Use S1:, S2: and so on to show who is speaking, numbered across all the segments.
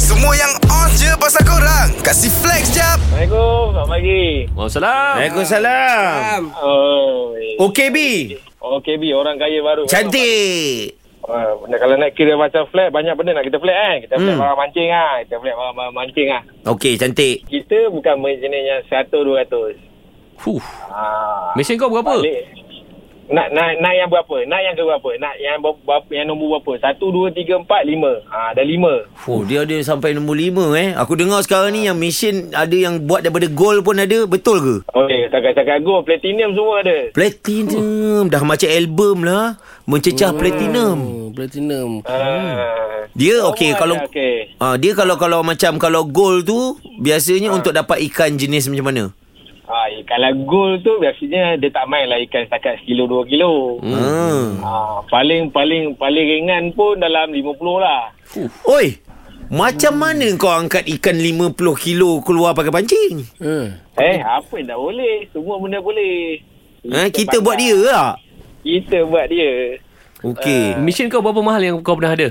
S1: Semua yang on je pasal korang Kasih flex jap
S2: Assalamualaikum. Selamat pagi.
S3: Waalaikumsalam.
S4: Waalaikumsalam.
S2: Oh.
S4: Okey B.
S2: Okey Oh, B, orang kaya baru.
S4: Cantik.
S2: Ah, benda- kalau nak kira macam flat, banyak benda nak kita flat kan. Kita
S4: Hmm.
S2: flat barang mancing ah, Kita flat barang, barang mancing ah.
S4: Okey, cantik.
S2: Kita bukan jenis yang 100 200.
S3: Huh.
S2: Ah.
S3: Mesin kau berapa?
S2: Balik. Nak, nak, nak yang berapa? Nak yang ke berapa? Nak yang ber- berapa, yang nombor berapa? Satu, dua, tiga, empat, lima. Ha, dah lima.
S4: Oh, dia ada sampai nombor lima eh. Aku dengar sekarang ni yang mesin ada yang buat daripada gold pun ada, betul ke?
S2: Okey, setakat-setakat go, platinum semua ada.
S4: Platinum Dah macam album lah Mencecah platinum
S5: Oh, platinum.
S2: Ah.
S4: Dia
S2: Semua
S4: okey
S2: ada,
S4: kalau
S2: Okey.
S4: Ah dia kalau kalau macam kalau gold tu biasanya untuk dapat ikan jenis macam mana?
S2: Ha, kalau gold tu biasanya dia tak main lah ikan setakat sekilo, dua kilo.
S4: Hmm. Ah.
S2: Ah, paling paling paling ringan pun dalam 50 lah.
S4: Oi, macam mana kau angkat ikan 50 kilo keluar pakai pancing?
S5: Ha.
S2: Eh, apa yang tak boleh? Semua benda boleh.
S4: Ha, Hmm.
S2: pandai.
S4: kita buat dia ke tak?
S2: Kita buat dia.
S4: Okey.
S3: Mesin kau berapa mahal yang kau pernah ada?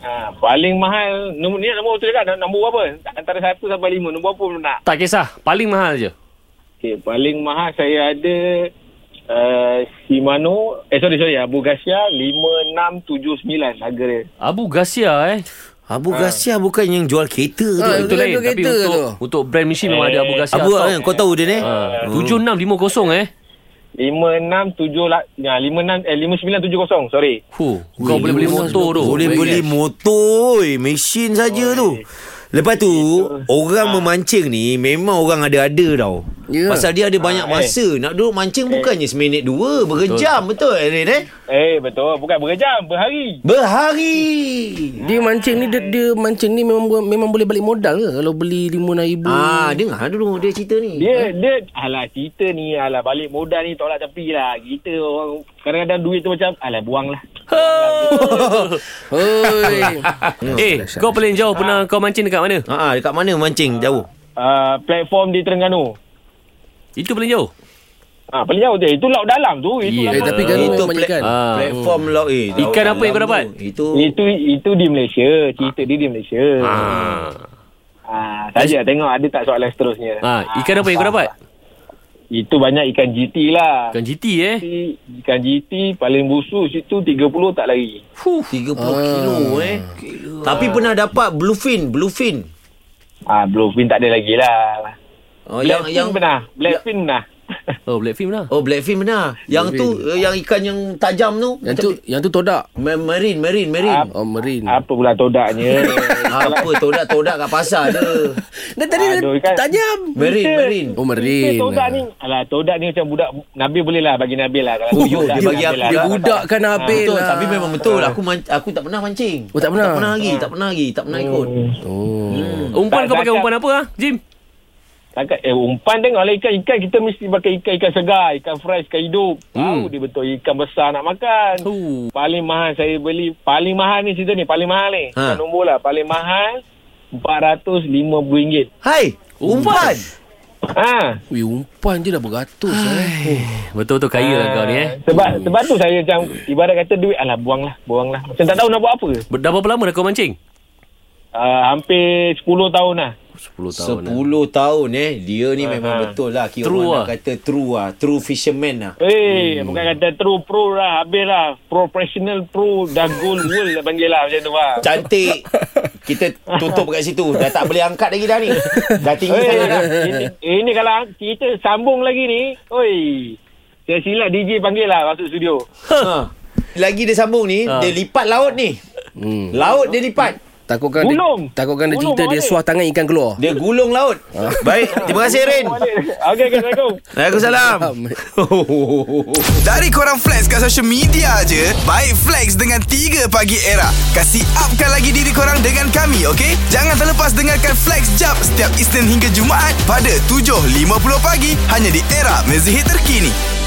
S2: Ha, paling mahal nombor ni nombor tu dekat nombor berapa? Antara 1 sampai 5 nombor apa pun nak.
S3: Tak kisah. Paling mahal je.
S2: Okay, paling mahal saya ada uh, Shimano eh sorry sorry Abugasya 5679 harga dia.
S3: Abu Garcia eh.
S4: Abu Garcia bukan yang jual kereta tu.
S5: Ah,
S3: Itu
S5: Itu
S3: lain.
S5: kereta
S3: Tapi
S5: tu.
S3: untuk, untuk brand mesin memang ada Abu Garcia.
S4: Abu
S3: top.
S4: kan kau tahu dia ni?
S3: Ha, 7650 eh.
S2: 5678 ya 56 eh 5970 sorry.
S3: Huh, kau boleh beli motor tu.
S4: Boleh beli motor, oi, mesin saja tu. Lepas tu
S3: Ah.
S4: orang memancing ni memang orang ada-ada tau.
S5: Ya.
S4: Pasal dia ada banyak
S3: Ah, eh.
S4: masa. Nak duduk mancing bukannya seminit dua, berjam betul Erin eh?
S2: Eh betul bukan berjam berhari.
S4: Berhari.
S5: Dia mancing ni dia, dia mancing ni memang bu- memang boleh balik modal ke kalau beli
S3: Hmm.
S5: RM5000?
S4: Ah, dengar dulu dia cerita ni.
S2: Dia
S3: Ya. Eh?
S2: dia alah cerita ni alah balik modal ni tolak tepi lah. Kita orang kadang-kadang duit tu macam alah buang lah.
S5: Oi. Hmm.
S3: Eh, kau paling jauh pernah kau mancing dekat mana?
S4: Ha ah, dekat mana mancing jauh?
S2: Uh, platform di Terengganu.
S3: Itu paling jauh.
S2: Ah paling jauh tu itu laut dalam tu itu
S3: Yeah.
S5: eh,
S2: laut
S5: tapi
S2: dalam.
S5: kan
S4: Itu
S5: memang banyak
S4: pla-
S5: kan.
S3: Ah.
S4: Platform laut eh. laut
S3: Ikan apa yang kau
S4: dalam
S3: dapat?
S4: tu. Itu
S2: itu itu di Malaysia cerita dia di Malaysia.
S3: Ha.
S2: Ah, saja tengok ada tak soalan seterusnya. Ah,
S3: Ha, ikan apa yang kau dapat?
S2: Itu banyak ikan GT lah.
S3: Ikan GT eh.
S2: GT, ikan GT paling busuk situ 30 tak lari.
S4: 30
S5: Ah.
S4: kilo eh. Tapi pernah dapat bluefin, bluefin.
S2: Ah, Bluefin tak ada lagi lah.
S4: Oh, yang
S2: Blackfin
S4: yang
S2: pernah. Blackfin pernah.
S3: Oh, Blackfin lah.
S4: Oh Blackfin benar. Yang tu eh, yang ikan yang tajam tu.
S5: Yang tu yang tu todak.
S4: Ma- Marine, marine, marine.
S5: Oh, marine.
S4: Hmm.
S2: Apa pula todaknya?
S4: Eh, Apa todak-todak kat pasar dia.
S5: Dah tadi
S2: Aduh, ikan-
S5: tajam.
S4: Marine,
S2: Kita-
S4: marine.
S5: Oh,
S2: Eh,
S5: marine.
S2: todak
S4: lah.
S2: ni Alah todak ni macam budak Nabil boleh lah Bagi Nabil lah Kalau
S4: Oh,
S2: todak ni
S4: dia
S2: Nabil
S4: bagi aku- dia
S2: Tak- tak-
S5: budak kan habis
S4: Ah, Betul,
S5: lah.
S4: tapi memang betul. Aku man- aku tak pernah mancing.
S5: Oh, tak pernah?
S4: Tak pernah lagi, tak pernah lagi, tak pernah ikut.
S5: Oh.
S3: Umpan
S2: Tak,
S3: kau pakai
S2: tak,
S3: umpan apa ah, Jim?
S2: Cakap, eh umpan tengok lah ikan-ikan kita mesti pakai ikan-ikan segar, ikan fresh, ikan hidup.
S4: Hmm.
S2: Tahu dia betul ikan besar nak makan.
S3: Oh.
S2: Paling mahal saya beli, paling mahal ni cerita ni, paling mahal ni. Ha.
S4: Ha.
S2: Nombor lah, paling mahal RM450.
S4: Hai,
S5: Oh,
S4: umpan.
S5: lah.
S2: Ha.
S5: Wih, umpan je dah beratus eh.
S3: Betul-betul kaya lah kau ni eh.
S2: Sebab, sebab tu saya macam ibarat kata duit, alah buang lah, buang lah. Macam tak tahu nak buat apa.
S3: Ber- Dah berapa lama dah kau mancing?
S2: Uh, hampir 10 tahun lah.
S3: 10
S5: Oh,
S4: Sepuluh tahun eh Dia ni memang betul lah Kira
S3: True
S4: orang
S3: ah.
S4: nak kata true lah True fisherman lah
S2: Eh, hmm. bukan kata true pro lah, habis lah. Professional pro, dah gold world lah panggil lah macam tu lah.
S4: Cantik Kita tutup kat situ Dah tak boleh angkat lagi dah ni Dah tinggi
S2: Oi,
S4: sangat dah
S2: ini, ini kalau kita sambung lagi ni, oi. Saya silap DJ panggil lah masuk studio.
S4: ha. Lagi dia sambung ni
S3: Ha.
S4: Dia lipat laut ni
S5: Hmm.
S4: Laut dia lipat
S5: Takutkan
S2: Gulung.
S5: dia, takutkan dia
S2: Gulung
S5: cerita dia
S2: balik.
S5: suah tangan ikan keluar.
S4: Dia gulung laut Ha. Baik Terima kasih Rin
S2: Okey, okay, Assalamualaikum.
S4: Waalaikumsalam
S1: Dari korang flex kat social media je Baik flex dengan 3 pagi era Kasih upkan lagi diri korang dengan kami okay? Jangan terlepas dengarkan flex jap Setiap Isnin hingga Jumaat Pada 7.50 pagi Hanya di era mezihit terkini